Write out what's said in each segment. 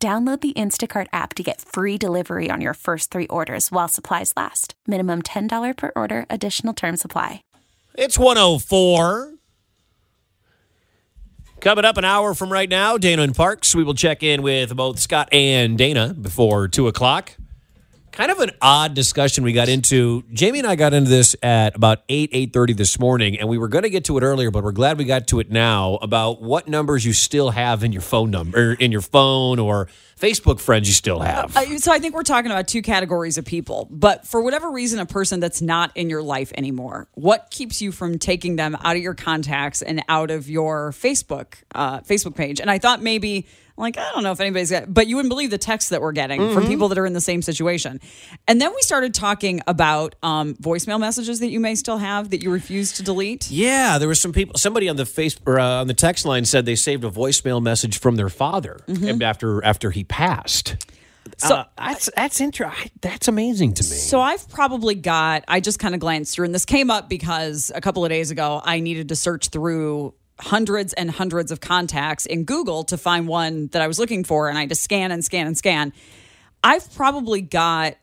Download the Instacart app to get free delivery on your first three orders while supplies last. Minimum $10 per order, additional term supply. It's 104. Coming up an hour from right now, Dana and Parks. We will check in with both Scott and Dana before 2 o'clock. Kind of an odd discussion we got into. Jamie and I got into this at about 8, 8.30 this morning, and we were going to get to it earlier, but we're glad we got to it now about what numbers you still have in your phone number, in your phone or Facebook friends you still have. Uh, so I think we're talking about two categories of people, but for whatever reason, a person that's not in your life anymore. What keeps you from taking them out of your contacts and out of your Facebook uh, Facebook page? And I thought maybe. Like, I don't know if anybody's got, but you wouldn't believe the texts that we're getting from Mm-hmm. people that are in the same situation. And then we started talking about um, voicemail messages that you may still have that you refuse to delete. Yeah, there was some people. Somebody on the face or, uh, on the text line said they saved a voicemail message from their father Mm-hmm. and after after he passed. So- uh, that's that's inter- I- That's amazing to me. So I've probably got, I just kind of glanced through, and this came up because a couple of days ago I needed to search through hundreds and hundreds of contacts in Google to find one that I was looking for, and I had to scan and scan and scan. I've probably got.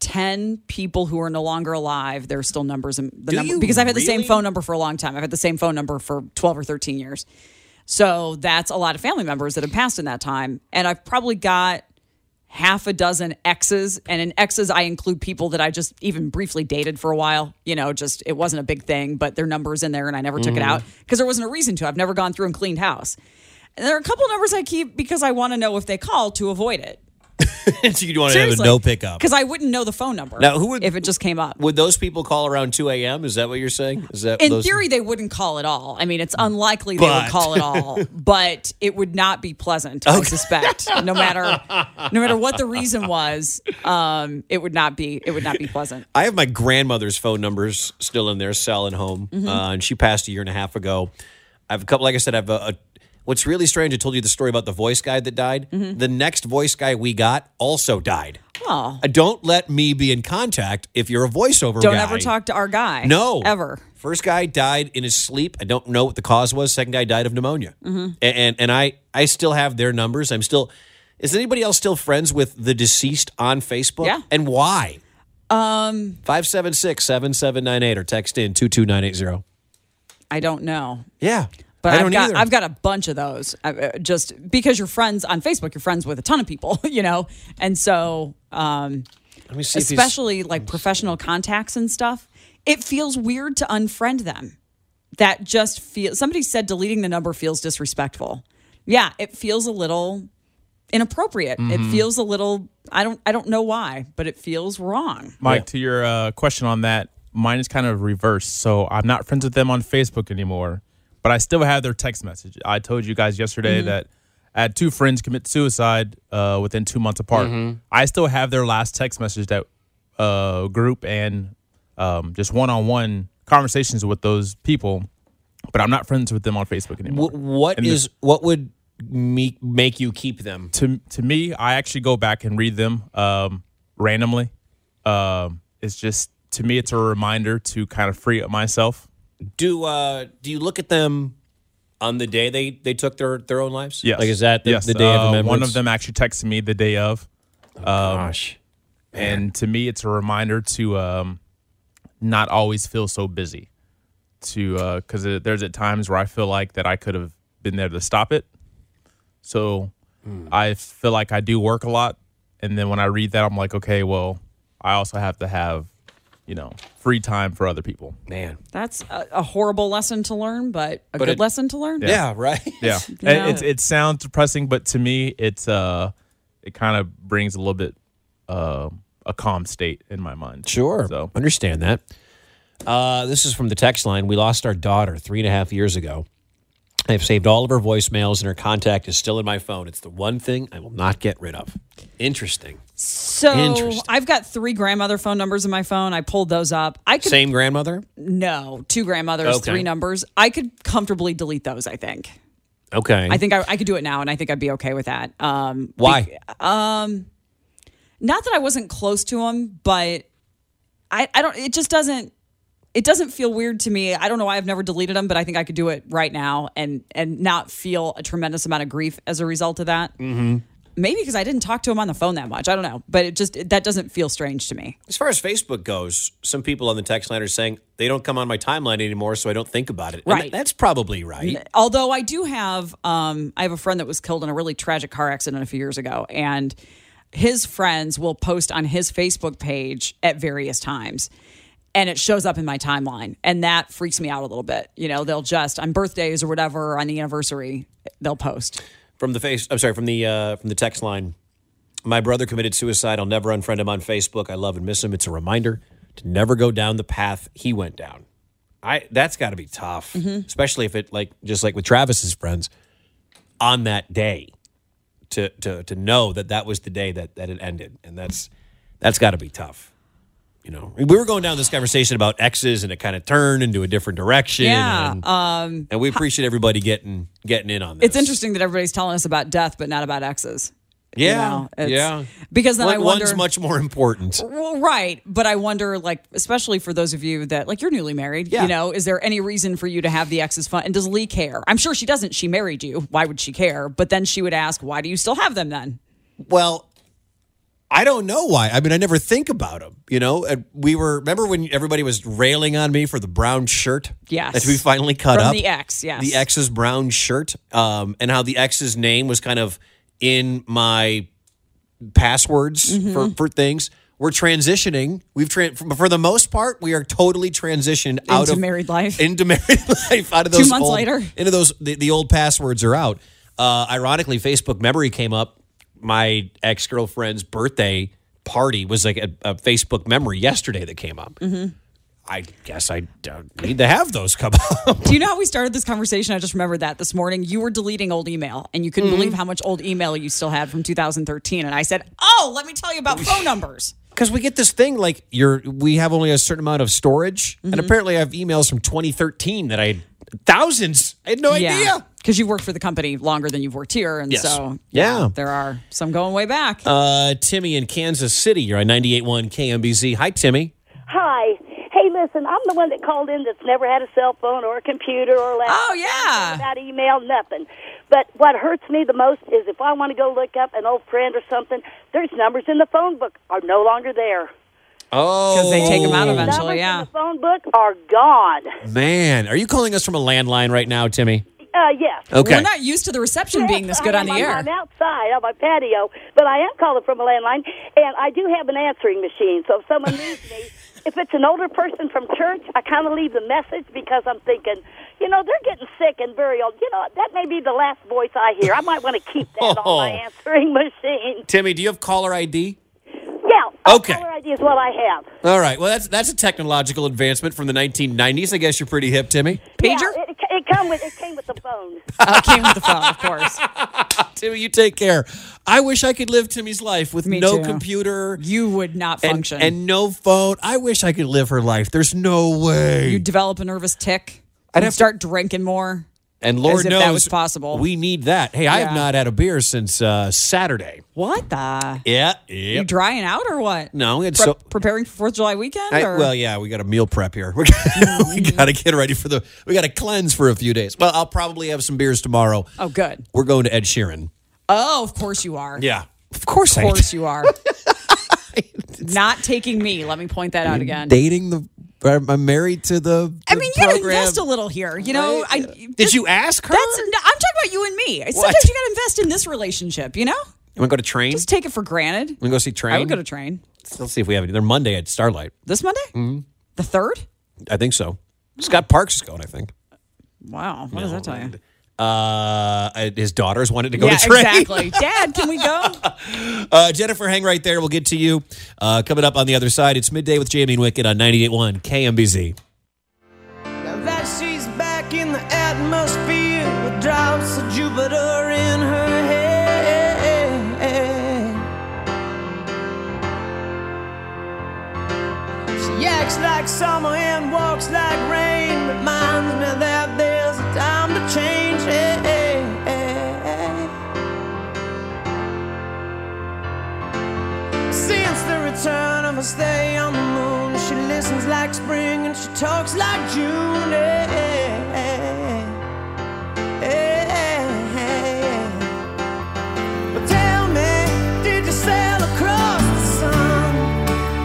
10 people who are no longer alive there's still numbers in the Do number you because i've had the same really? phone number for a long time i've had the same phone number for 12 or 13 years so that's a lot of family members that have passed in that time and i've probably got half a dozen exes and in exes i include people that i just even briefly dated for a while you know just it wasn't a big thing but their numbers in there and i never took it Mm. out because there wasn't a reason to i've never gone through and cleaned house and there are a couple numbers i keep because i want to know if they call to avoid it so you want Seriously. no pickup? because i wouldn't know the phone number Oh. Now, who would- if it just came up Would those people call around two a.m.? Is that what you're saying? Is that in those- Mm. theory they wouldn't call at all i mean it's unlikely they But- would call at all but it would not be pleasant i suspect no matter no matter what the reason was um, it would not be it would not be pleasant I have my grandmother's phone numbers still in there, cell and home, Mm-hmm. uh, and she passed a year and a half ago. I've a couple, like I said, I've a, a. What's really strange? I told you the story about the voice guy that died. Mm-hmm. The next voice guy we got also died. oh Uh, Don't let me be in contact if you're a voiceover Don't guy. ever talk to our guy. No. Ever. First guy died in his sleep. I don't know what the cause was. Second guy died of pneumonia. Mm-hmm. And, and and I I still have their numbers. I'm still. Is anybody else still friends with the deceased on Facebook? Yeah. And why? Um, 576-7798 or text in 22980. I don't know. Yeah. But I I've don't got either. I've got a bunch of those. I- uh, Just because you're friends on Facebook, you're friends with a ton of people, you know. And so, um, Let me see if he's- especially like professional contacts and stuff, it feels weird to unfriend them. That just feels. Somebody said deleting the number feels disrespectful. Yeah, it feels a little inappropriate. Mm-hmm. It feels a little. I don't. I don't know why, but it feels wrong. Mike, to your uh, question on that, mine is kind of reversed. So I'm not friends with them on Facebook anymore, but I still have their text message. I told you guys yesterday Mm-hmm. that I had two friends commit suicide uh, within two months apart. Mm-hmm. I still have their last text message that uh, group and um, just one on one conversations with those people, but I'm not friends with them on Facebook anymore. Wh- What And the- is what would me, make you keep them? to to me, I actually go back and read them um, randomly. Um, it's just to me, it's a reminder to kind of free up myself. do uh do you look at them on the day they they took their their own lives Yes, like is that the, yes. the day Uh, of remembrance Oh, One of them actually texted me the day of, Um, gosh and to me, it's a reminder to um, not always feel so busy. To because there's at times where I feel like that I could have been there to stop it. So Hmm. I feel like I do work a lot, and then when I read that, I'm like, okay, well, I also have to have, you know, free time for other people. man That's a, a horrible lesson to learn, but But a good it- lesson to learn. yeah, right Yeah, know? And it's it sounds depressing, but to me, it's uh, it kind of brings a little bit uh, a calm state in my mind. sure So understand that uh this is from the text line we lost our daughter three and a half years ago i've saved all of her voicemails and her contact is still in my phone it's the one thing i will not get rid of Interesting. So Interesting. I've got three grandmother phone numbers in my phone. I pulled those up. I could Same grandmother? no two grandmothers, Okay. three numbers. I could comfortably delete those. I think. Okay. I think I, I could do it now, and I think I'd be okay with that. Um, Why? not that I wasn't close to him, but I, I don't. It just doesn't. It doesn't feel weird to me. I don't know why I've never deleted them, but I think I could do it right now and and not feel a tremendous amount of grief as a result of that. Mm-hmm. Maybe because I didn't talk to him on the phone that much. I don't know, but it just that doesn't feel strange to me. As far as Facebook goes, some people on the text line are saying they don't come on my timeline anymore, so I don't think about it. And Right. th- that's probably right. Although I do have, um, I have a friend that was killed in a really tragic car accident a few years ago, and his friends will post on his Facebook page at various times, and it shows up in my timeline, and that freaks me out a little bit. You know, they'll just on birthdays or whatever, on the anniversary, they'll post. From the face, I'm sorry, from the uh, from the text line. My brother committed suicide. I'll never unfriend him on Facebook. I love and miss him. It's a reminder to never go down the path he went down. I that's got to be tough, especially if it like just like with Travis's friends on that day to to to know that that was the day that that it ended, and that's that's got to be tough. You know, we were going down this conversation about exes, and it kind of turned into a different direction. Yeah, um, and, and we appreciate everybody getting getting in on this. It's interesting that everybody's telling us about death, but not about exes. you Yeah, know? It's- yeah. Because then One- I wonder. one's much more important. Well, right, but I wonder, like, especially for those of you that, like, you're newly married, Yeah. you know, is there any reason for you to have the ex's fun? And does Lee care? I'm sure she doesn't. She married you. Why would she care? But then she would ask, why do you still have them then? Well, I don't know why. I mean, I never think about them. You know, and we were remember when everybody was railing on me for the brown shirt. Yes. that we finally cut From up the ex, yes. the ex's brown shirt, um, and how the ex's name was kind of in my passwords Mm-hmm. for, for things. We're transitioning. We've tran for for the most part, we are totally transitioned out Into of married life. Into married life. Out of those months old- later. Into those the, the old passwords are out. Uh, ironically, Facebook memory came up. My ex girlfriend's birthday party was like a, a Facebook memory yesterday that came up. Mm-hmm. I guess I don't need to have those come up. Do you know how we started this conversation? I just remembered that this morning. You were deleting old email, and you couldn't Mm-hmm. believe how much old email you still had from 2013. And I said, oh, let me tell you about phone numbers. Because we get this thing like you're, we have only a certain amount of storage, and Mm-hmm. apparently I have emails from 2013 that I had thousands. I had no idea. Because you worked for the company longer than you've worked here. And Yes. so, Yeah. there are some going way back. Uh, Timmy in Kansas City, you're on 98.1 KMBZ. Hi, Timmy. Hi. Hey, listen, I'm the one that called in that's never had a cell phone or a computer or a laptop. Oh, yeah. Not email, nothing. But what hurts me the most is if I want to go look up an old friend or something, there's numbers in the phone book are no longer there. Oh, 'Cause they take 'em out numbers eventually, yeah. in the phone book are gone. Man, are you calling us from a landline right now, Timmy? Uh, yes. Okay. We're not used to the reception being this good I on the am- air. I'm outside on my patio, but I am calling from a landline, and I do have an answering machine. So if someone needs me, if it's an older person from church, I kind of leave the message because I'm thinking, you know, they're getting sick and very old. You know, that may be the last voice I hear. I might want to keep that Oh. on my answering machine. Timmy, do you have caller ID? Yeah. Okay. Caller ID is what I have. All right. Well, that's that's a technological advancement from the 1990s. I guess you're pretty hip, Timmy. Pager? Yeah, it, it come with it came with the phone. I Oh, came with the phone, of course. Timmy, you take care. I wish I could live Timmy's life with Me no too. computer. You would not and- function. And, no phone. I wish I could live her life. There's no way. you develop a nervous tick. I'd I'd have to- start drinking more. and Lord as if knows that was possible. We need that. Hey, I have Yeah. not had a beer since uh, Saturday. What the? Yeah. You Yep. drying out or what? no, it's Pre- so. preparing for Fourth of July weekend? I- or? well, yeah, we got a meal prep here. we Mm-hmm. got to get ready for the. We got to cleanse for a few days. Well, I'll probably have some beers tomorrow. oh, good. We're going to Ed Sheeran. Oh, of course you are. Yeah, of course. Of I- course you are. not taking me. Let me point that out again. dating the. I'm married to the. I the mean, you got to program. invest a little here. You know, I, Did you ask her? That's, no, I'm talking about you and me. Sometimes What? you got to invest in this relationship, you know? You want to go to train? Just take it for granted. we go see train. I would go to train. Let's see if we have any. They're Monday at Starlight. Mm-hmm. This Monday? The third? I think so. Scott Parks is going. I think. Wow. What does that tell you? Uh, his daughters wanted to go yeah, to train. exactly. Dad, can we go? Uh, Jennifer, hang right there. We'll get to you. Uh, coming up on the other side, it's midday with Jamie and Wicked on 98.1 KMBZ. Now that she's back in the atmosphere with drops of Jupiter in her head. Acts like summer and walks like rain. Reminds me that there's a time to change. Hey, hey, hey. Since the return of a stay on the moon, she listens like spring and she talks like June. Eh, Hey, hey, hey, hey, hey. But eh. tell me, did you sail across the sun?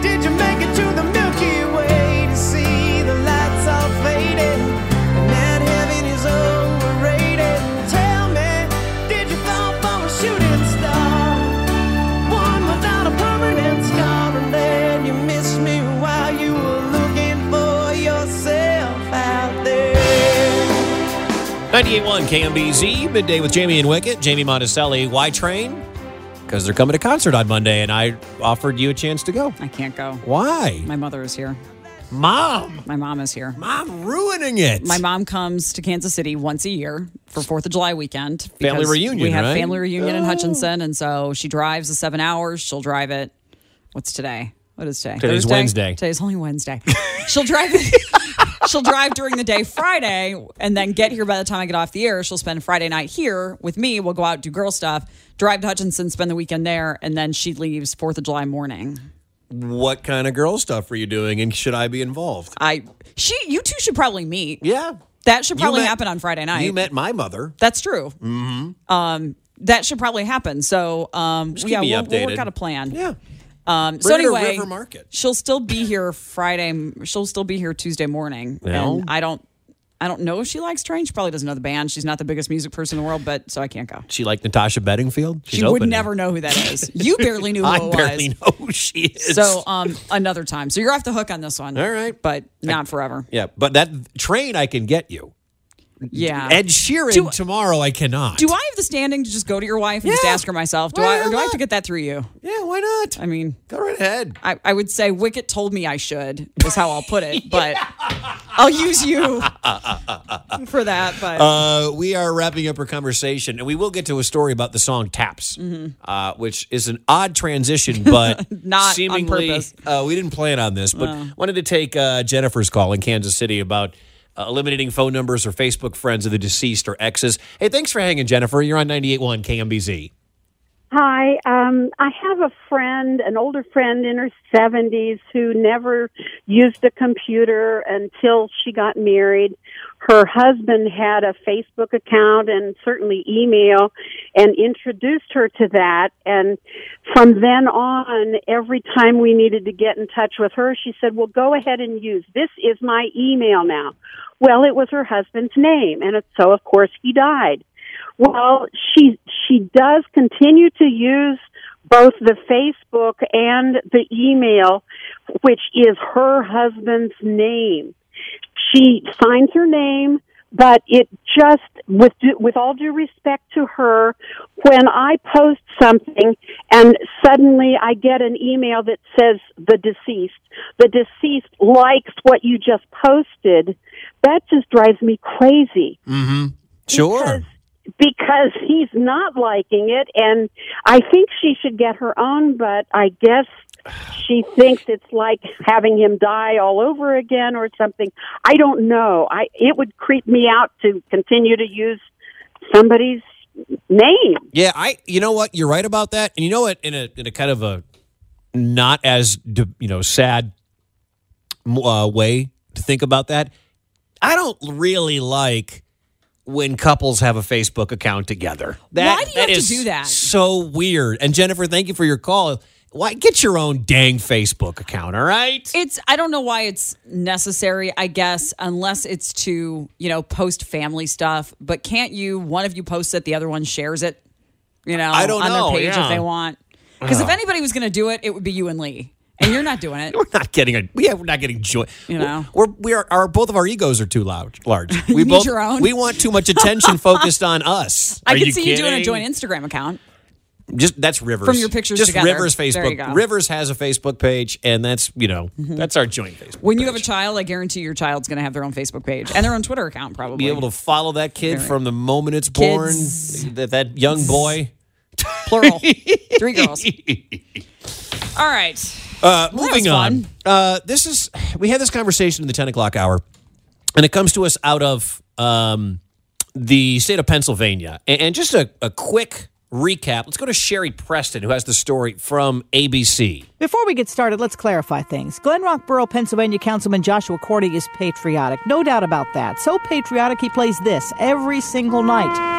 Did you make it to the Milky Way to see the lights all faded? And that heaven is overrated. Tell me, did you fall for a shooting star? One without a permanent scar, and then you missed me while you were looking for yourself out there. 98.1 KMBZ, midday with Jamie and Wicket. Jamie Monticelli, why train? Because they're coming to concert on Monday, and I offered you a chance to go. I can't go. Why? My mother is here. Mom! My mom is here. Mom ruining it! My mom comes to Kansas City once a year for Fourth of July weekend. Family because reunion, We have right? Oh. family reunion in Hutchinson, and so she drives the seven hours. She'll drive it. What's today? What is today? Today's Thursday? Wednesday. Today's only Wednesday. she'll drive. it- she'll drive during the day Friday, and then get here by the time I get off the air. She'll spend Friday night here with me. We'll go out do girl stuff. Drive to Hutchinson, spend the weekend there, and then she leaves Fourth of July morning. What kind of girl stuff are you doing, and should I be involved? I she you two should probably meet. Yeah. That should You probably met- happen on Friday night. You met my mother. That's true. Mm-hmm. Um, that should probably happen. So, um, Just keep yeah, me we'll, we'll updated. work out a plan. Yeah. Um, so Bring her to anyway, River Market. she'll still be here Friday. She'll still be here Tuesday morning. Well. And I don't, I don't know if she likes train. She probably doesn't know the band. She's not the biggest music person in the world, but so I can't go. She like Natasha Bedingfield? She's she would open. never know who that is. You barely knew who I it was. barely know who she is. So, um, another time. So you're off the hook on this one. All right. but not forever. yeah, but that train I can get you. Yeah. Ed Sheeran Do- tomorrow I cannot. do I have the standing to just go to your wife and just Yeah. ask her myself? Do Why I or do I have not? to get that through you? Yeah, why not? I mean, Go right ahead. I, I would say Wicket told me I should is how I'll put it, but I'll use you for that. But Uh, we are wrapping up our conversation, and we will get to a story about the song "Taps," mm-hmm. uh, which is an odd transition, but Not on seemingly purpose. Uh, we didn't plan on this, but wanted to take uh, Jennifer's call in Kansas City about uh, eliminating phone numbers or Facebook friends of the deceased or exes. Hey, thanks for hanging, Jennifer. You're on 98.1 KMBZ. Hi, um, I have a friend, an older friend in her 70s who never used a computer until she got married. Her husband had a Facebook account and certainly email and introduced her to that. And from then on, every time we needed to get in touch with her, she said, well, go ahead and use this is my email now. Well, it was her husband's name. And so, of course, he died. Well, she she does continue to use both the Facebook and the email, which is her husband's name. She signs her name, but it just with due- with all due respect to her, when I post something and suddenly I get an email that says the deceased, the deceased likes what you just posted, that just drives me crazy Sure. because he's not liking it and i think she should get her own but i guess she thinks it's like having him die all over again or something i don't know i it would creep me out to continue to use somebody's name Yeah, I. You know what? You're right about that, and you know what? In a in a kind of a not as de- you know sad uh, way to think about that. I don't really like when couples have a Facebook account together. Why do you have to is do that? So weird. And Jennifer, thank you for your call. Why get your own dang Facebook account? All right. it's I don't know why it's necessary. I guess unless it's to you know post family stuff. But can't you one of you posts it, the other one shares it? You know, I don't on know, their page yeah. Uh-huh. if they want. Because if anybody was going to do it, it would be you and Lee, and you're not doing it. We're not getting a yeah. We're not getting joy. You know. we're we are our both of our egos are too large. Large. We need both your own. we want too much attention focused on us. I Are could see you doing a kidding? joint Instagram account. Just that's Rivers From your pictures Just together. Rivers There you Facebook. go. Mm-hmm. Rivers has a Facebook page, and that's you know that's our joint Facebook. When you page. have a child, I guarantee your child's going to have their own Facebook page and their own Twitter account, probably. be able to follow that kid from the moment it's Kids. born. That that young boy. plural. Three girls. All right. Uh, Well, that moving was on. fun. Uh, this is we had this conversation in the ten o'clock hour, and it comes to us out of um, the state of Pennsylvania. And, and just a, a quick recap. Let's go to Sherry Preston, who has the story from ABC. Before we get started, let's clarify things. Glen Rock Borough, Pennsylvania Councilman Joshua Cordy is patriotic. No doubt about that. So patriotic, he plays this every single night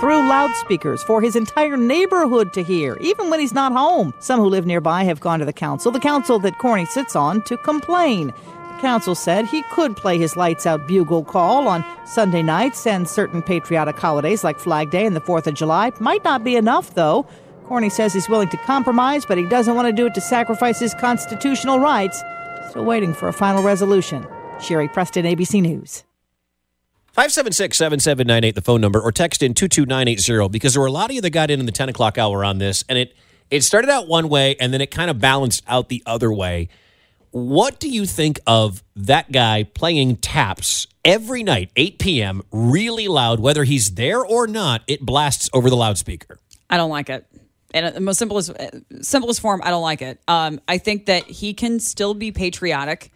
through loudspeakers for his entire neighborhood to hear, even when he's not home. Some who live nearby have gone to the council, the council that Corny sits on, to complain. The council said he could play his lights out bugle call on Sunday nights and certain patriotic holidays like Flag Day and the 4th of July. Might not be enough, though. Corny says he's willing to compromise, but he doesn't want to do it to sacrifice his constitutional rights. Still waiting for a final resolution. Sherry Preston, ABC News. 576 7798, the phone number, or text in 22980 because there were a lot of you that got in in the 10 o'clock hour on this, and it, it started out one way and then it kind of balanced out the other way. What do you think of that guy playing taps every night, 8 p.m., really loud, whether he's there or not? It blasts over the loudspeaker. I don't like it. And uh, the most simplest simplest form, I don't like it. Um, I think that he can still be patriotic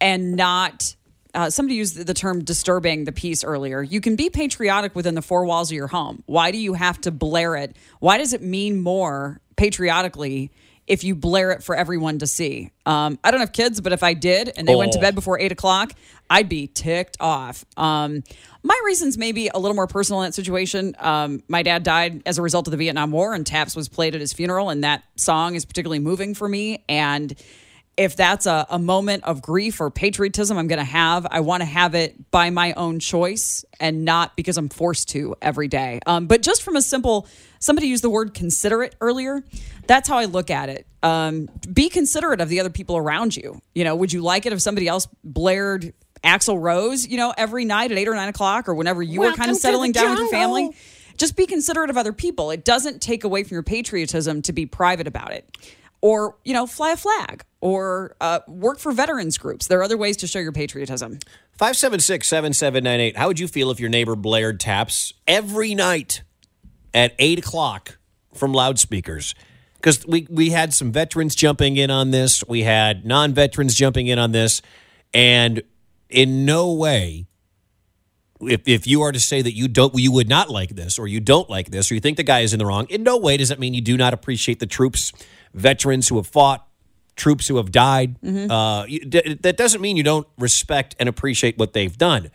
and not. Uh, somebody used the term disturbing the peace earlier. You can be patriotic within the four walls of your home. Why do you have to blare it? Why does it mean more patriotically if you blare it for everyone to see? Um, I don't have kids, but if I did and they went to Oh. bed before eight o'clock, I'd be ticked off. Um, my reasons may be a little more personal in that situation. Um, my dad died as a result of the Vietnam War, and Taps was played at his funeral, and that song is particularly moving for me. And if that's a, a moment of grief or patriotism I'm going to have, I want to have it by my own choice and not because I'm forced to every day. Um, but just from a simple, somebody used the word considerate earlier. That's how I look at it. Um, be considerate of the other people around you. You know, would you like it if somebody else blared Axl Rose, you know, every night at eight or nine o'clock or whenever you were kind of settling down with your family? Just be considerate of other people. It doesn't take away from your patriotism to be private about it. Or, you know, fly a flag or uh, work for veterans groups. There are other ways to show your patriotism. 576 7798, how would you feel if your neighbor blared taps every night at 8 o'clock from loudspeakers? Because we, we had some veterans jumping in on this, we had non veterans jumping in on this, and in no way. If, if you are to say that you don't you would not like this or you don't like this or you think the guy is in the wrong in no way does that mean you do not appreciate the troops veterans who have fought troops who have died uh, you- d- that doesn't mean you don't respect and appreciate what they've done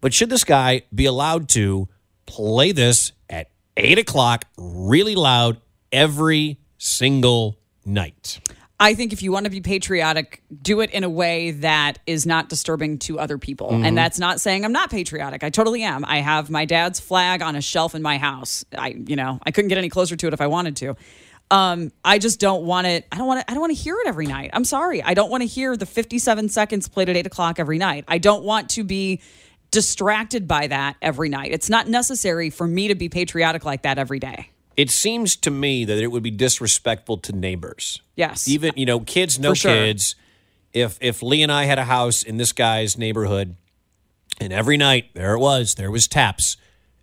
but should this guy be allowed to play this at 8 o'clock really loud every single night I think if you want to be patriotic, do it in a way that is not disturbing to other people. And that's not saying I'm not patriotic. I totally am. I have my dad's flag on a shelf in my house. I, you know, I couldn't get any closer to it if I wanted to. Um, I just don't want it. I don't want to. I don't want to hear it every night. I'm sorry. I don't want to hear the 57 seconds played at eight o'clock every night. I don't want to be distracted by that every night. It's not necessary for me to be patriotic like that every day. it seems to me that it would be disrespectful to neighbors Yes. even you know kids no For sure. kids if if lee and i had a house in this guy's neighborhood and every night there it was there was taps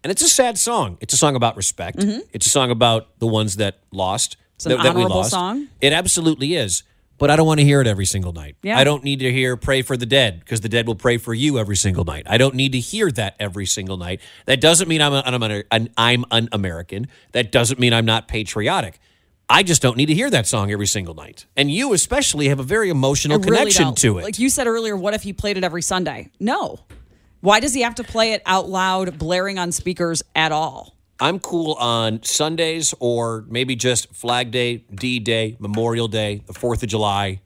and it's a sad song it's a song about respect it's a song about the ones that lost it's Mm-hmm. an honorable song. Mm-hmm. it absolutely is but i don't want to hear it every single night Yeah. i don't need to hear pray for the dead because the dead will pray for you every single night i don't need to hear that every single night that doesn't mean i'm an, an, an, i'm an american that doesn't mean i'm not patriotic I just don't need to hear that song every single night. And you especially have a very emotional I really connection don't. to it. Like you said earlier, what if he played it every Sunday? No. Why does he have to play it out loud, blaring on speakers at all? I'm cool on Sundays or maybe just Flag Day, D Day, Memorial Day, the 4th of July,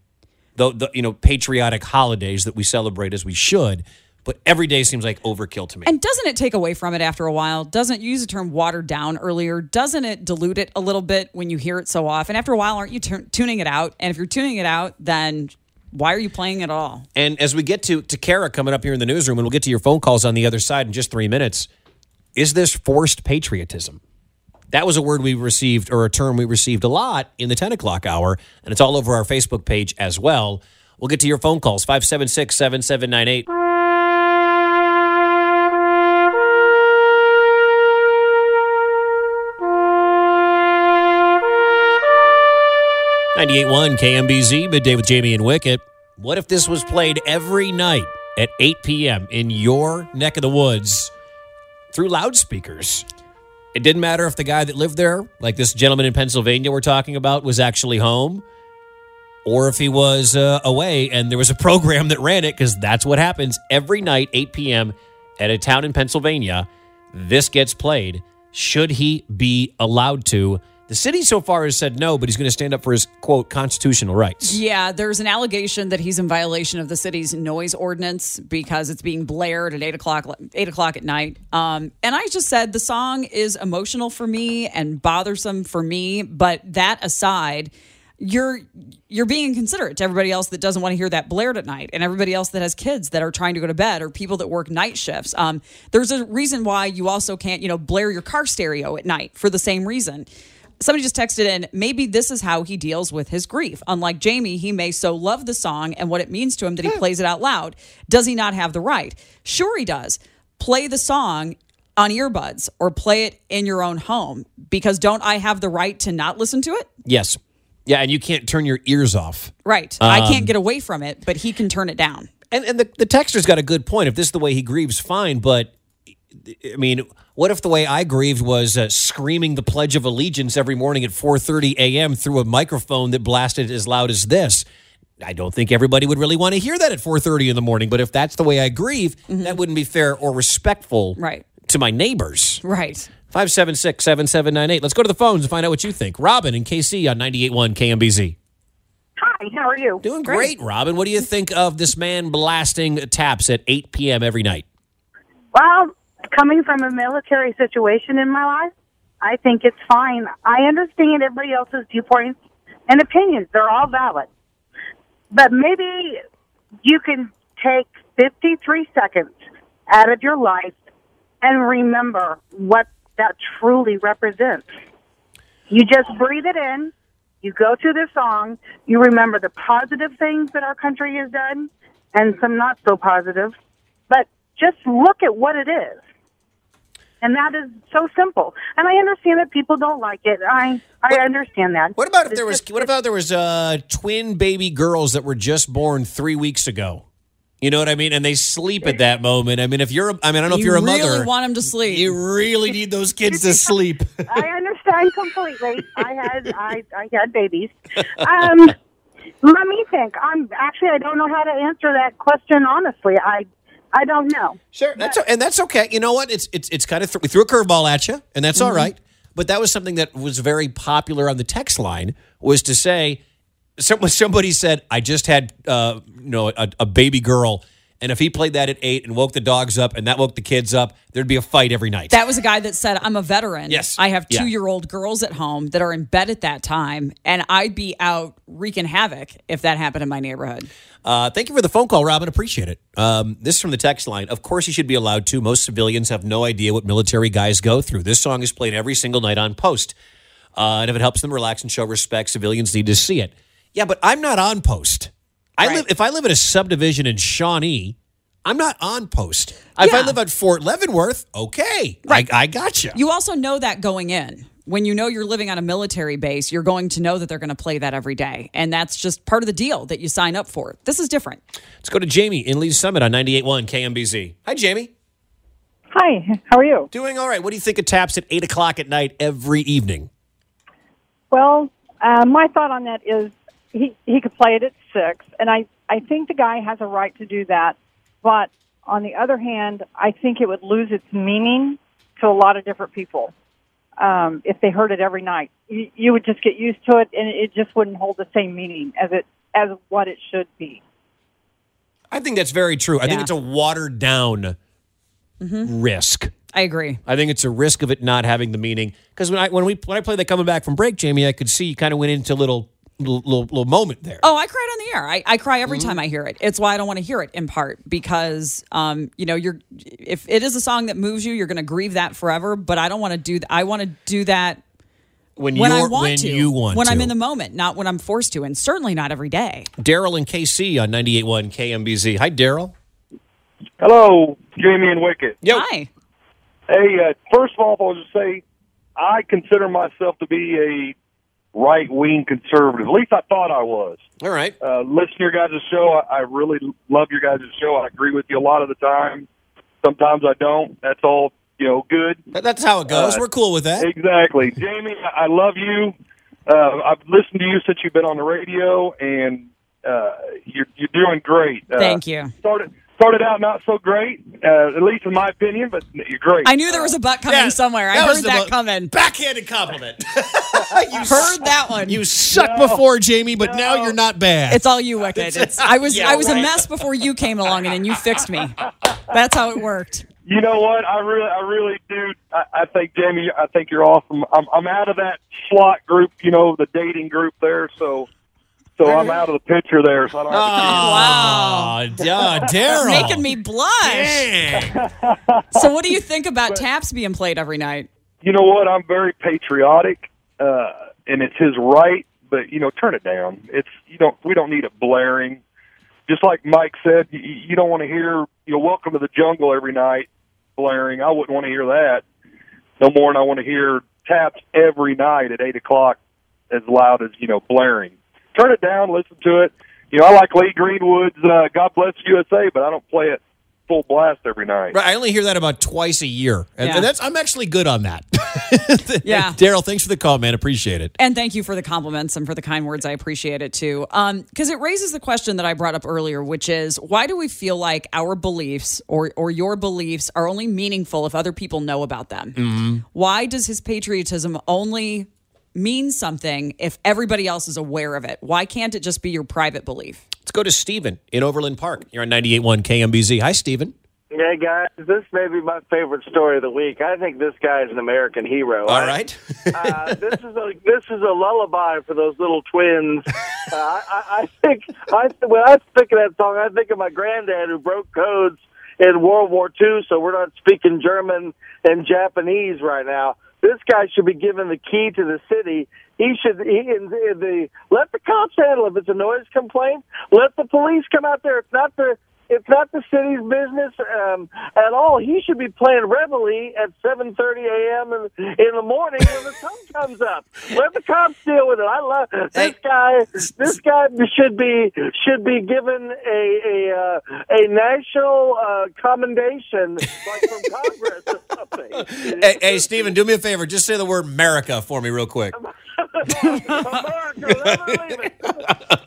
the, the you know patriotic holidays that we celebrate as we should, but every day seems like overkill to me. And doesn't it take away from it after a while? Doesn't you use the term watered down earlier? Doesn't it dilute it a little bit when you hear it so often? After a while, aren't you tu- tuning it out? And if you're tuning it out, then why are you playing it all? And as we get to, to Kara coming up here in the newsroom, and we'll get to your phone calls on the other side in just three minutes, is this forced patriotism? That was a word we received or a term we received a lot in the 10 o'clock hour, and it's all over our Facebook page as well. We'll get to your phone calls 576 7798. 98.1 KMBZ, midday with Jamie and Wicket. What if this was played every night at 8 p.m. in your neck of the woods through loudspeakers? It didn't matter if the guy that lived there, like this gentleman in Pennsylvania we're talking about, was actually home or if he was uh, away and there was a program that ran it because that's what happens every night 8 p.m at a town in pennsylvania this gets played should he be allowed to the city so far has said no but he's going to stand up for his quote constitutional rights Yeah, there's an allegation that he's in violation of the city's noise ordinance because it's being blared at eight o'clock eight o'clock at night. Um, and I just said the song is emotional for me and bothersome for me. But that aside, you're you're being inconsiderate to everybody else that doesn't want to hear that blared at night, and everybody else that has kids that are trying to go to bed, or people that work night shifts. Um, there's a reason why you also can't you know blare your car stereo at night for the same reason somebody just texted in maybe this is how he deals with his grief unlike jamie he may so love the song and what it means to him that he plays it out loud does he not have the right sure he does play the song on earbuds or play it in your own home because don't i have the right to not listen to it yes yeah and you can't turn your ears off right i Um, can't get away from it but he can turn it down and and the, the texter's got a good point if this is the way he grieves fine but i mean what if the way i grieved was uh, screaming the pledge of allegiance every morning at 4.30 a.m through a microphone that blasted as loud as this i don't think everybody would really want to hear that at 4.30 in the morning but if that's the way i grieve that wouldn't be fair or respectful Right. to my neighbors right 576-7798 let's go to the phones and find out what you think robin and kc on 98.1 kmbz Hi, how are you? Doing great, Robin. What do you think of this man blasting taps at 8 p.m. every night? Well, coming from a military situation in my life, I think it's fine. I understand everybody else's viewpoints and opinions. They're all valid. But maybe you can take 53 seconds out of your life and remember what that truly represents. You just breathe it in. You go through the song. You remember the positive things that our country has done and some not so positive. But just look at what it is. And that is so simple. And I understand that people don't like it. I, I understand that. What about if It's there was just- what about there was uh, twin baby girls that were just born three weeks ago? You know what I mean? And they sleep at that moment. I mean, if you're, a, I mean, I don't know if you you're a really mother. want him to sleep you really need those kids to sleep. I understand completely. I had I, I had babies. Um, let me think. I'm actually I don't know how to answer that question honestly. I I don't know. Sure, that's and that's okay. You know what? It's it's it's kind of th- we threw a curveball at you, and that's all right. But that was something that was very popular on the text line was to say, some, somebody said, "I just had uh, you know a, a baby girl, and if he played that at eight and woke the dogs up, and that woke the kids up, there'd be a fight every night." That was a guy that said, I'm a veteran. Yes. I have Yeah. two year old girls at home that are in bed at that time, and I'd be out wreaking havoc if that happened in my neighborhood. Uh, thank you for the phone call, Robin. Appreciate it. Um, this is from the text line. Of course, you should be allowed to. Most civilians have no idea what military guys go through. This song is played every single night on post. Uh, and if it helps them relax and show respect, civilians need to see it. Yeah, but I'm not on post. I live if I live in a subdivision in Shawnee, I'm not on post. If I Yeah. live at Fort Leavenworth, okay, I, I gotcha. You also know that going in. When you know you're living on a military base, you're going to know that they're going to play that every day. And that's just part of the deal that you sign up for. This is different. Let's go to Jamie in Lee's Summit on 98.1 KMBZ. Hi, Jamie. Hi, how are you? Doing all right. What do you think of taps at eight o'clock at night every evening? Well, uh, my thought on that is he, he could play it at six, and I, I think the guy has a right to do that. But on the other hand, I think it would lose its meaning to a lot of different people um, if they heard it every night. You, you would just get used to it, and it just wouldn't hold the same meaning as it as what it should be. I think that's very true. I think Yeah. it's a watered down risk. Mm-hmm. I agree. I think it's a risk of it not having the meaning because when I when we when I played that coming back from break, Jamie, I could see you kind of went into a little little, little little moment there. Oh, I cried on the air. I, I cry every Mm-hmm. time I hear it. It's why I don't want to hear it in part because, um, you know, you're if it is a song that moves you, you're going to grieve that forever. But I don't want to do. th- I want to do that when when I you're- want when to, you want when to. I'm in the moment, not when I'm forced to, and certainly not every day. Daryl and KC on 98.1 KMBZ. Hi, Daryl. Hello, Jamie and Wicket. Yo. Hi. Hey, uh, first of all, I'll just say I consider myself to be a right wing conservative. At least I thought I was. All right. Uh, listen to your guys' show. I, I really love your guys' show. I agree with you a lot of the time. Sometimes I don't. That's all, you know, good. Uh, That's how it goes. We're cool with that. Exactly. Jamie, I I love you. Uh, I've listened to you since you've been on the radio, and uh, you're, you're doing great. Uh, Thank you. Started, started out not so great, uh, at least in my opinion, but you're great. I knew there was a butt coming Yeah, somewhere. I that was heard the that bu- coming. Backhanded compliment. I heard that one. You sucked before, Jamie, but now you're not bad. it's all you, Wicked. It's- I was Yeah, I was right. a mess before you came along, and then you fixed me. That's how it worked. Uh, You know what? I really, I really do. I, I think Jamie, I think you're awesome. I'm, I'm out of that slot group, you know, the dating group there. So, so I'm out of the picture there. So I don't oh, have to wow. Daryl. Making me blush. Dang. So, what do you think about taps being played every night? you know what? I'm very patriotic, uh, and it's his right. But you know, turn it down. It's you don't. We don't need it blaring. Just like Mike said, you, you don't want to hear you know "Welcome to the Jungle" every night blaring. I wouldn't want to hear that. No more than I want to hear taps every night at eight o'clock as loud as you know blaring. Turn it down. Listen to it. You know, I like Lee Greenwood's uh, "God Bless USA," but I don't play it full blast every night. Right, I only hear that about twice a year. And Yeah. that's I'm actually good on that. Yeah. Daryl, thanks for the call, man. Appreciate it. And thank you for the compliments and for the kind words. I appreciate it too. Because it raises the question that I brought up earlier, which is why do we feel like our beliefs or, or your beliefs are only meaningful if other people know about them? Why does his patriotism only mean something if everybody else is aware of it? Why can't it just be your private belief? Let's go to Steven in Overland Park. You're on 98.1 KMBZ. Hi, Steven. Hey guys, this may be my favorite story of the week. I think this guy is an American hero. All I- right. uh, this is a this is a lullaby for those little twins. Uh, I, I, I think I when I think of that song, I think of my granddad who broke codes in World War II, so we're not speaking German and Japanese right now. This guy should be given the key to the city. He should he, in, the- in the let the cops handle it. if it's a noise complaint. Let the police come out there. It's not the it's not the city's business um, at all. He should be playing Reveille at 7:30 a.m. In, in the morning when the sun comes up. Let the cops deal with it. I love this guy. This guy should be should be given a a, uh, a national uh, commendation like from Congress or something. hey, hey, Steven, do me a favor. Just say the word America for me real quick. America, never leave it.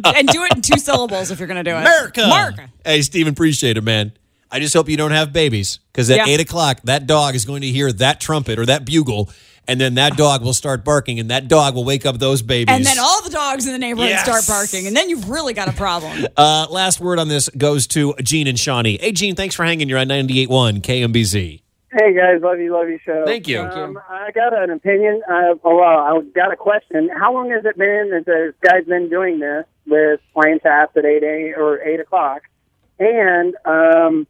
and do it in two syllables if you're going to do it. America. America. Hey, Steven, appreciate it, man. I just hope you don't have babies because at Yeah. 8 o'clock, that dog is going to hear that trumpet or that bugle, and then that dog will start barking, and that dog will wake up those babies. And then all the dogs in the neighborhood Yes. start barking, and then you've really got a problem. uh, last word on this goes to Gene and Shawnee. Hey, Gene, thanks for hanging. You're on 98.1 KMBZ. Hey guys, love you, love you, show. Thank you. Um, I got an opinion. Uh, oh, well, I got a question. How long has it been that this guy's been doing this with playing taps at eight a, or eight o'clock? And um,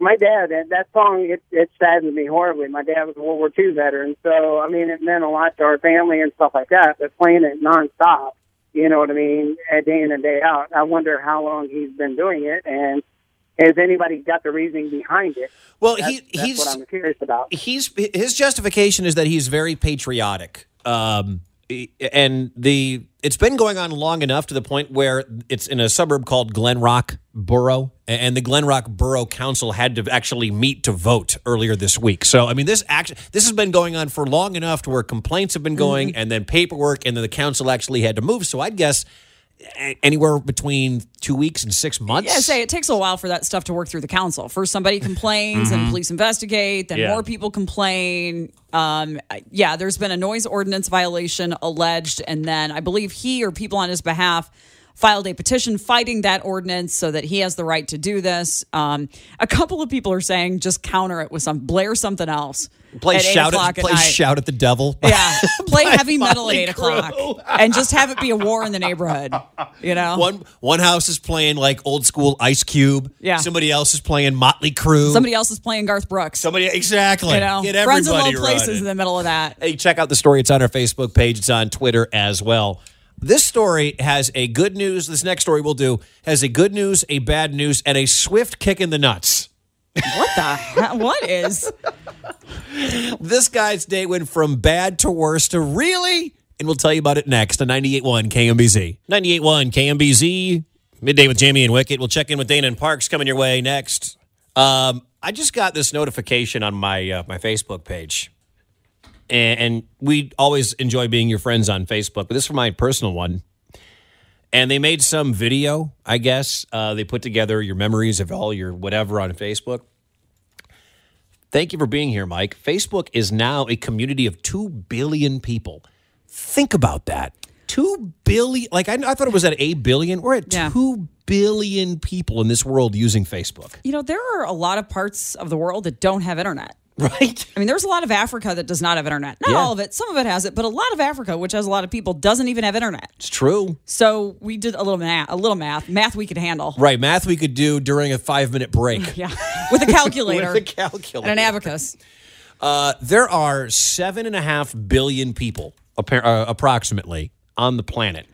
my dad, that, that song, it, it saddens me horribly. My dad was a World War II veteran, so I mean, it meant a lot to our family and stuff like that. But playing it nonstop, you know what I mean, uh, day in and day out. I wonder how long he's been doing it, and has anybody got the reasoning behind it? Well, That's, he, that's he's. what I'm curious about. he's his justification is that he's very patriotic um and the it's been going on long enough to the point where it's in a suburb called Glen Rock Borough and the Glen Rock Borough Council had to actually meet to vote earlier this week. So I mean this act this has been going on for long enough to where complaints have been going Mm-hmm. and then paperwork and then the council actually had to move. So I'd guess a- anywhere between 2 weeks and 6 months. Yeah, say it takes a while for that stuff to work through the council. First, somebody complains, and police investigate. Then Mm-hmm. Yeah. more people complain. Um, yeah, there's been a noise ordinance violation alleged, and then I believe he or people on his behalf filed a petition fighting that ordinance so that he has the right to do this. Um, a couple of people are saying just counter it with some blare something else. play at eight shout o'clock at, play night. shout at the devil. Yeah, play heavy metal at Motley eight o'clock, and just have it be a war in the neighborhood. You know, One one house is playing like old school Ice Cube. Yeah. Somebody else is playing Motley Crue. somebody else is playing Garth Brooks. Somebody exactly. you know, Get friends in everybody low places in running. the middle of that. Hey, check out the story. It's on our Facebook page. It's on Twitter as well. This story has a good news. This next story we'll do has a good news, a bad news, and a swift kick in the nuts. What the hell? What is? This guy's day went from bad to worse to really and we'll tell you about it next on 98.1 KMBZ. 98.1 KMBZ, midday with Jamie and Wicket. We'll check in with Dana and Parks coming your way next. Um, I just got this notification on my uh, my Facebook page. And, and we always enjoy being your friends on Facebook, but this is for my personal one. And they made some video, I guess. Uh, they put together your memories of all your whatever on Facebook. Thank you for being here, Mike. Facebook is now a community of 2 billion people. Think about that. 2 billion. Like, I, I thought it was at a billion. We're at Yeah. 2 billion people in this world using Facebook. You know, there are a lot of parts of the world that don't have internet. Right? I mean, there's a lot of Africa that does not have internet. Not Yeah. all of it. Some of it has it, but a lot of Africa, which has a lot of people, doesn't even have internet. It's true. So we did a little math, a little math, math we could handle. Right. Math we could do during a five minute break. Yeah, with a calculator With a calculator. and an abacus. Uh, there are seven and a half billion people, appar- uh, approximately, on the planet.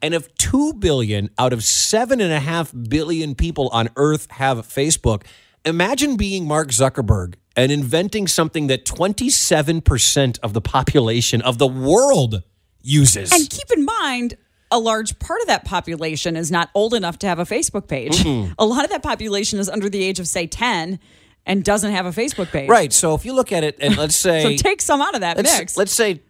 And if two billion out of seven and a half billion people on Earth have Facebook, imagine being Mark Zuckerberg and inventing something that 27% of the population of the world uses. And keep in mind, a large part of that population is not old enough to have a Facebook page. A lot of that population is under the age of, say, 10 and doesn't have a Facebook page. right. So if you look at it, and let's So say. take some out of that let's, mix. let's say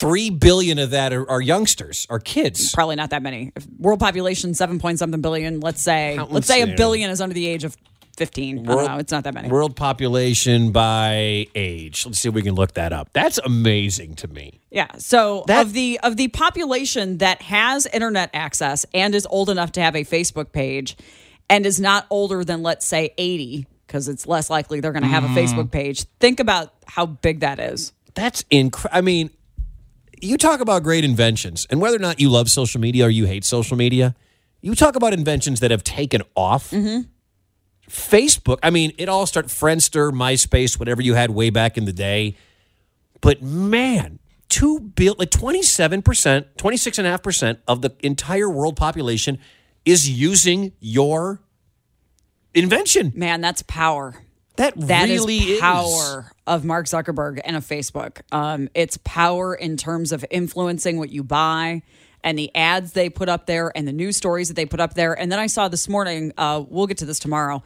three billion of that are, are youngsters, are kids. Probably not that many. If world population, seven point something billion. Let's say, Count let's say a them. billion is under the age of 15. I don't know. It's not that many. World population by age. Let's see if we can look that up. That's amazing to me. Yeah. So That- of the of the population that has internet access and is old enough to have a Facebook page and is not older than let's say 80 because it's less likely they're going to have Mm-hmm. a Facebook page. Think about how big that is. That's incredible. I mean, you talk about great inventions, and whether or not you love social media or you hate social media, you talk about inventions that have taken off. Mm-hmm. Facebook, I mean, it all started Friendster, MySpace, whatever you had way back in the day. But man, two bill like 27%, 26.5% of the entire world population is using your invention. Man, that's power. That, That is really power of Mark Zuckerberg and of Facebook. Um, it's power in terms of influencing what you buy and the ads they put up there and the news stories that they put up there. And then I saw this morning, uh, we'll get to this tomorrow.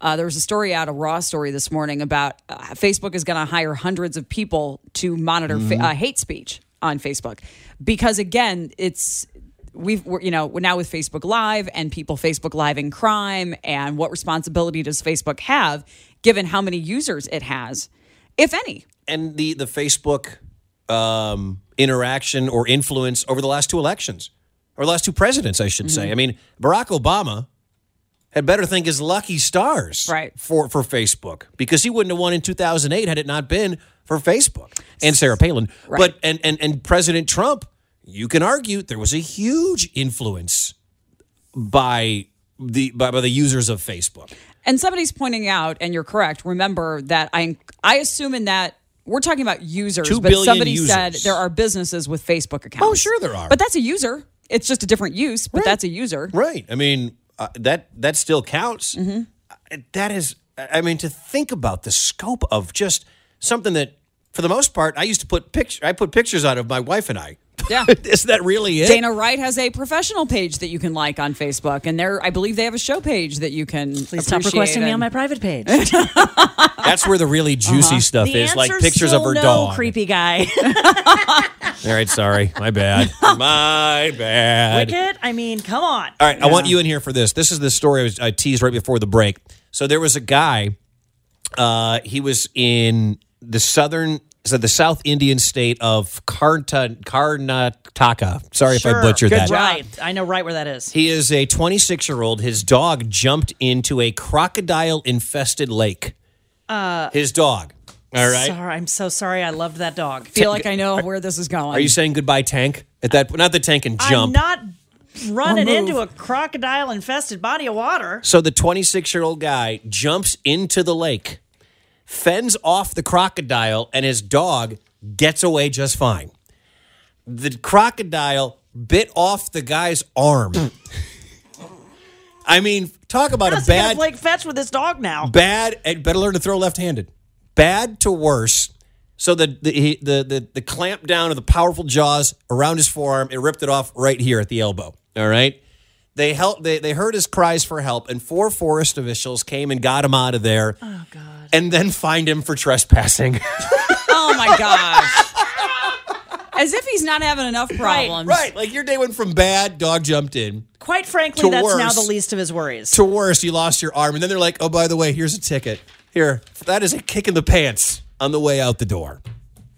Uh, there was a story out, a raw story this morning about uh, Facebook is going to hire hundreds of people to monitor Mm-hmm. fa- uh, hate speech on Facebook because again, it's we've we're, you know we're now with Facebook Live and people Facebook Live in crime and what responsibility does Facebook have given how many users it has, if any? And the the Facebook um, interaction or influence over the last two elections, or the last two presidents, I should say. I mean, Barack Obama had better thank his lucky stars Right. for, for Facebook because he wouldn't have won in 2008 had it not been for Facebook and Sarah Palin. But and, and and President Trump, you can argue there was a huge influence by the by, by the users of Facebook. And somebody's pointing out, and you're correct. Remember that I I assume in that we're talking about users, Two but billion somebody said users. there are businesses with Facebook accounts. Oh, sure there are. but that's a user. It's just a different use, but that's a user. Mm-hmm. Right. I mean, uh, that that still counts. Uh, That is, I mean, to think about the scope of just something that, for the most part, I used to put picture. I put pictures out of my wife and I. Yeah. is that really it? Dana Wright has a professional page that you can like on Facebook, and there I believe they have a show page that you can. Please stop appreciate requesting me and- on my private page. the That's where the really Uh-huh. juicy stuff is, like answer's pictures of still her no, dog. creepy guy. All right, sorry, my bad, my bad. Wicked? I mean, come on. All right, I want you in here for this. This is the story I, was, I teased right before the break. So there was a guy. Uh, he was in the southern, so the South Indian state of Karnta, Karnataka. Sorry if I Sure. butchered Good that. Right. I know right where that is. He is a 26 year old. His dog jumped into a crocodile infested lake. Uh, His dog. All right. Sorry, I'm so sorry. I loved that dog. feel like I know where this is going. Are you saying goodbye, tank? At that, not the tank and I'm jump. not running Or move. into a crocodile infested body of water. So the 26 year old guy jumps into the lake, fends off the crocodile, and his dog gets away just fine. The crocodile bit off the guy's arm. I mean, talk about How's a he gonna bad, eh, play fetch with this dog now? bad, and better learn to throw left handed. Bad to worse. So the the, he, the the the clamp down of the powerful jaws around his forearm, it ripped it off right here at the elbow. All right. They helped. They, they heard his cries for help, and four forest officials came and got him out of there. Oh God! And then fined him for trespassing. Oh my gosh. As if he's not having enough problems. right, like your day went from bad, dog jumped in, Quite frankly, To that's now worse. the least of his worries. to worse, you lost your arm, and then they're like, "Oh, by the way, here's a ticket. Here, that is a kick in the pants on the way out the door."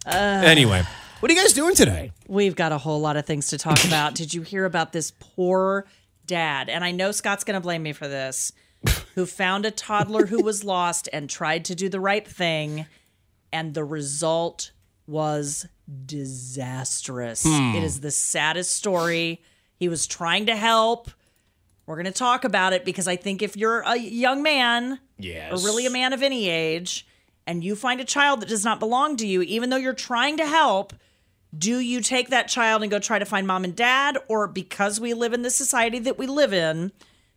anyway, what are you guys doing today? We've got a whole lot of things to talk about. Did you hear about this poor dad? And I know Scott's going to blame me for this, who found a toddler who was lost and tried to do the right thing. And the result was disastrous. Hmm. It is the saddest story. He was trying to help. We're going to talk about it because I think if you're a young man, Yes. or really a man of any age, and you find a child that does not belong to you, even though you're trying to help, do you take that child and go try to find mom and dad? Or because we live in the society that we live in,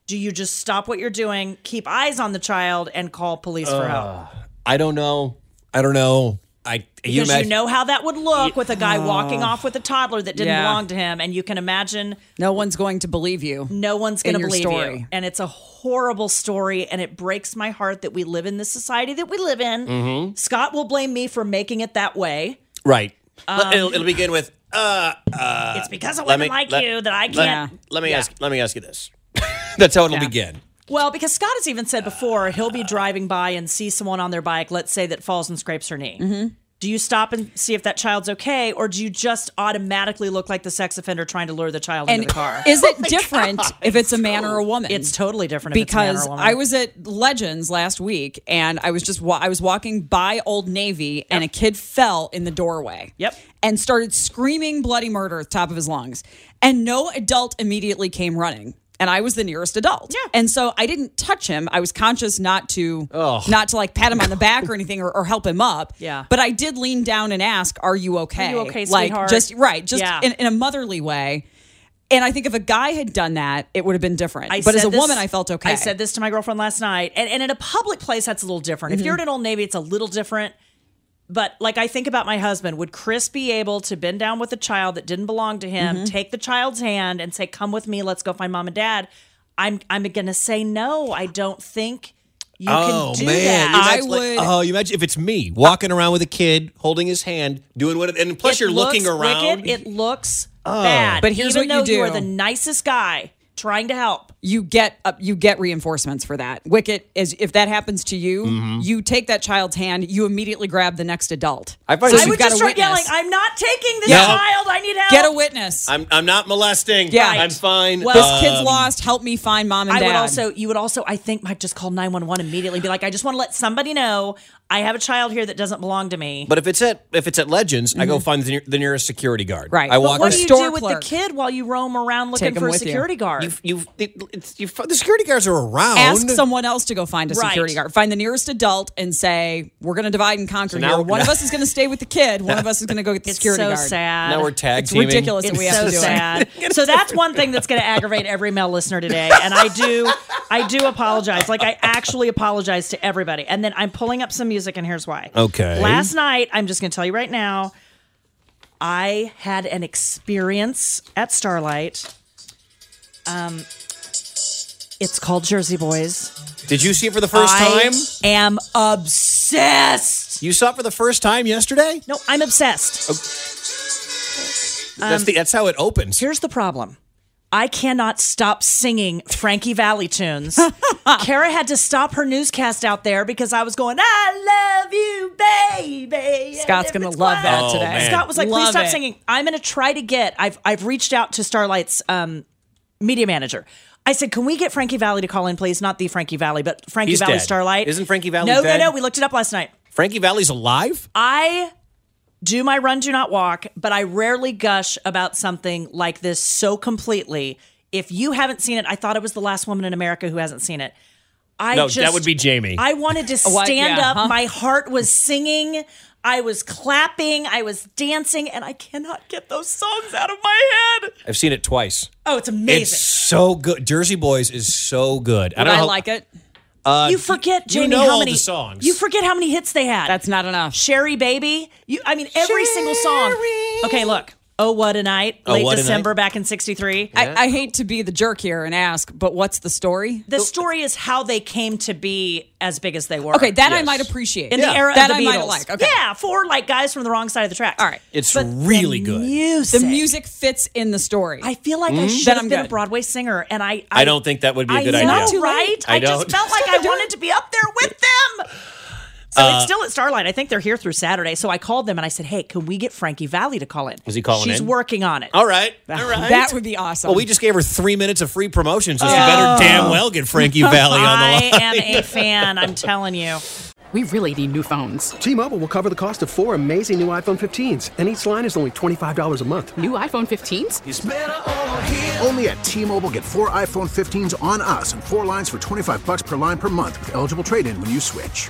do you just stop what you're doing, keep eyes on the child, and call police for help? Uh, I don't know. I don't know. I you oh. Because you, imagine know how that would look with a guy walking off with a toddler that didn't Yeah. belong to him. And you can imagine No one's going to believe you. no one's going to your believe you. story. And it's a horrible story. And it breaks my heart that we live in the society that we live in. Mm-hmm. Scott will blame me for making it that way. right. it'll, it'll begin with uh. Um, it's because of let women me- like let- you that I Let, can't. let me ask. Let me ask you this. That's how it'll begin. Well, because Scott has even said before, he'll be driving by and see someone on their bike, let's say that falls and scrapes her knee. Mm-hmm. Do you stop and see if that child's okay, or do you just automatically look like the sex offender trying to lure the child And into the car? is it different if it's a man or a woman? it's totally different if it's a man or a because woman. I was at Legends last week and I was just wa- I was walking by Old Navy and a kid fell in the doorway. Yep. And started screaming bloody murder at the top of his lungs. And no adult immediately came running. And I was the nearest adult. Yeah. And so I didn't touch him. I was conscious not to not to like pat him on the back or anything or, or help him up. Yeah. But I did lean down and ask, Are you okay? you okay, like sweetheart? just right, just Yeah. in, in a motherly way. And I think if a guy had done that, it would have been different. I but as said a this- woman, I felt okay. I said this to my girlfriend last night, and, and in a public place, that's a little different. Mm-hmm. If you're at an Old Navy, it's a little different. But like I think about my husband, would Chris be able to bend down with a child that didn't belong to him, Mm-hmm. take the child's hand, and say, "Come with me, let's go find mom and dad"? I'm I'm gonna say no. I don't think you Oh, can do that. Oh, You I imagine, like- would- oh, you imagine if it's me walking around with a kid, holding his hand, doing what? And plus, It you're looking looks around. wicked, It looks bad. Oh. But here's even what though you you are do. the nicest guy trying to help. you get uh, you get reinforcements for that. Wicket is if that happens to you, Mm-hmm. you take that child's hand, you immediately grab the next adult. I find it- I you've would got just a start yelling, witness. "I'm not taking this Yeah. child. I need help." Get a witness. I'm I'm not molesting. Yeah. I'm fine. Um, this Well- kid's lost. Help me find mom and I dad. would also, you would also, I think, might just call 911 immediately. Be like, I just want to let somebody know I have a child here that doesn't belong to me. But if it's at if it's at Legends, I go Mm-hmm. find the, near, the nearest security guard. Right. I But walk. what the do you store do with the clerk. kid while you roam around looking Take 'em for a with you. security guard? you you it, it's, you the security guards are around. ask someone else to go find a Right. security guard. Find the nearest adult and say, "We're going to divide and conquer now here. we're One of gonna- us is going to stay with the kid. One of us is going to go get the it's security so guard." sad. Now we're tag It's teaming. ridiculous that It's we have so to do it. sad. so that's one thing that's going to aggravate every male listener today, and I do, I do apologize. Like I actually apologize to everybody. And then I'm pulling up some music, and here's why. Okay. Last night, I'm just going to tell you right now, I had an experience at Starlight. Um, it's called Jersey Boys. Did you see it for the first I time? um, am obsessed. You saw it for the first time yesterday. Oh, No, I'm obsessed. that's the that's how it opens. Here's the problem. I cannot stop singing Frankie Valley tunes. Kara had to stop her newscast out there because I was going, I love you, baby. Scott's And gonna it's love that wild. today. man. Scott was like, please Love stop it. singing. I'm going to try to get, I've, I've reached out to Starlight's um, media manager. I said, can we get Frankie Valley to call in, please? Not the Frankie Valley, but Frankie He's Valley dead. Starlight. Isn't Frankie Valli No, dead? no, no. We looked it up last night. Frankie Valley's alive. I do my run, do not walk, but I rarely gush about something like this so completely. If you haven't seen it, I thought it was the last woman in America who hasn't seen it. I No, just, that would be Jamie. I wanted to stand What? Yeah, up. huh? My heart was singing. I was clapping. I was dancing, and I cannot get those songs out of my head. I've seen it twice. Oh, it's amazing. It's so good. Jersey Boys is so good. I Would don't I know how- like it. Uh, you forget, you Jamie, know how all many the songs. You forget how many hits they had. That's not enough. Sherry Baby. You, I mean, every single song. Okay, look. Oh, what a night. Oh, Late What a December back in '63. I, I hate to be the jerk here and ask, but what's the story? the story is how they came to be as big as they were. Okay, that I Yes. might appreciate. in Yeah. the era That of the I might Beatles. like. Okay. Yeah, four like guys from the wrong side of the tracks. All right, It's really good. The music fits in the story. I feel like I Mhm. should Then have I'm been a good. Broadway singer, and I I don't think that would be a I good know, idea. right? I, I, don't. just felt like I wanted to be up there with them. So Uh, it's still at Starlight. I think they're here through Saturday. So I called them and I said, "Hey, can we get Frankie Valley to call in?" Is he calling She's in? working on it. All right. All right. That would be awesome. Well, we just gave her three minutes of free promotion, so she Oh. better damn well get Frankie Valley on the line. I am a fan. I'm telling you. We really need new phones. T-Mobile will cover the cost of four amazing new iPhone 15s, and each line is only twenty-five dollars a month. New iPhone 15s? Only at T-Mobile, get four iPhone 15s on us and four lines for 25 bucks per line per month with eligible trade-in when you switch.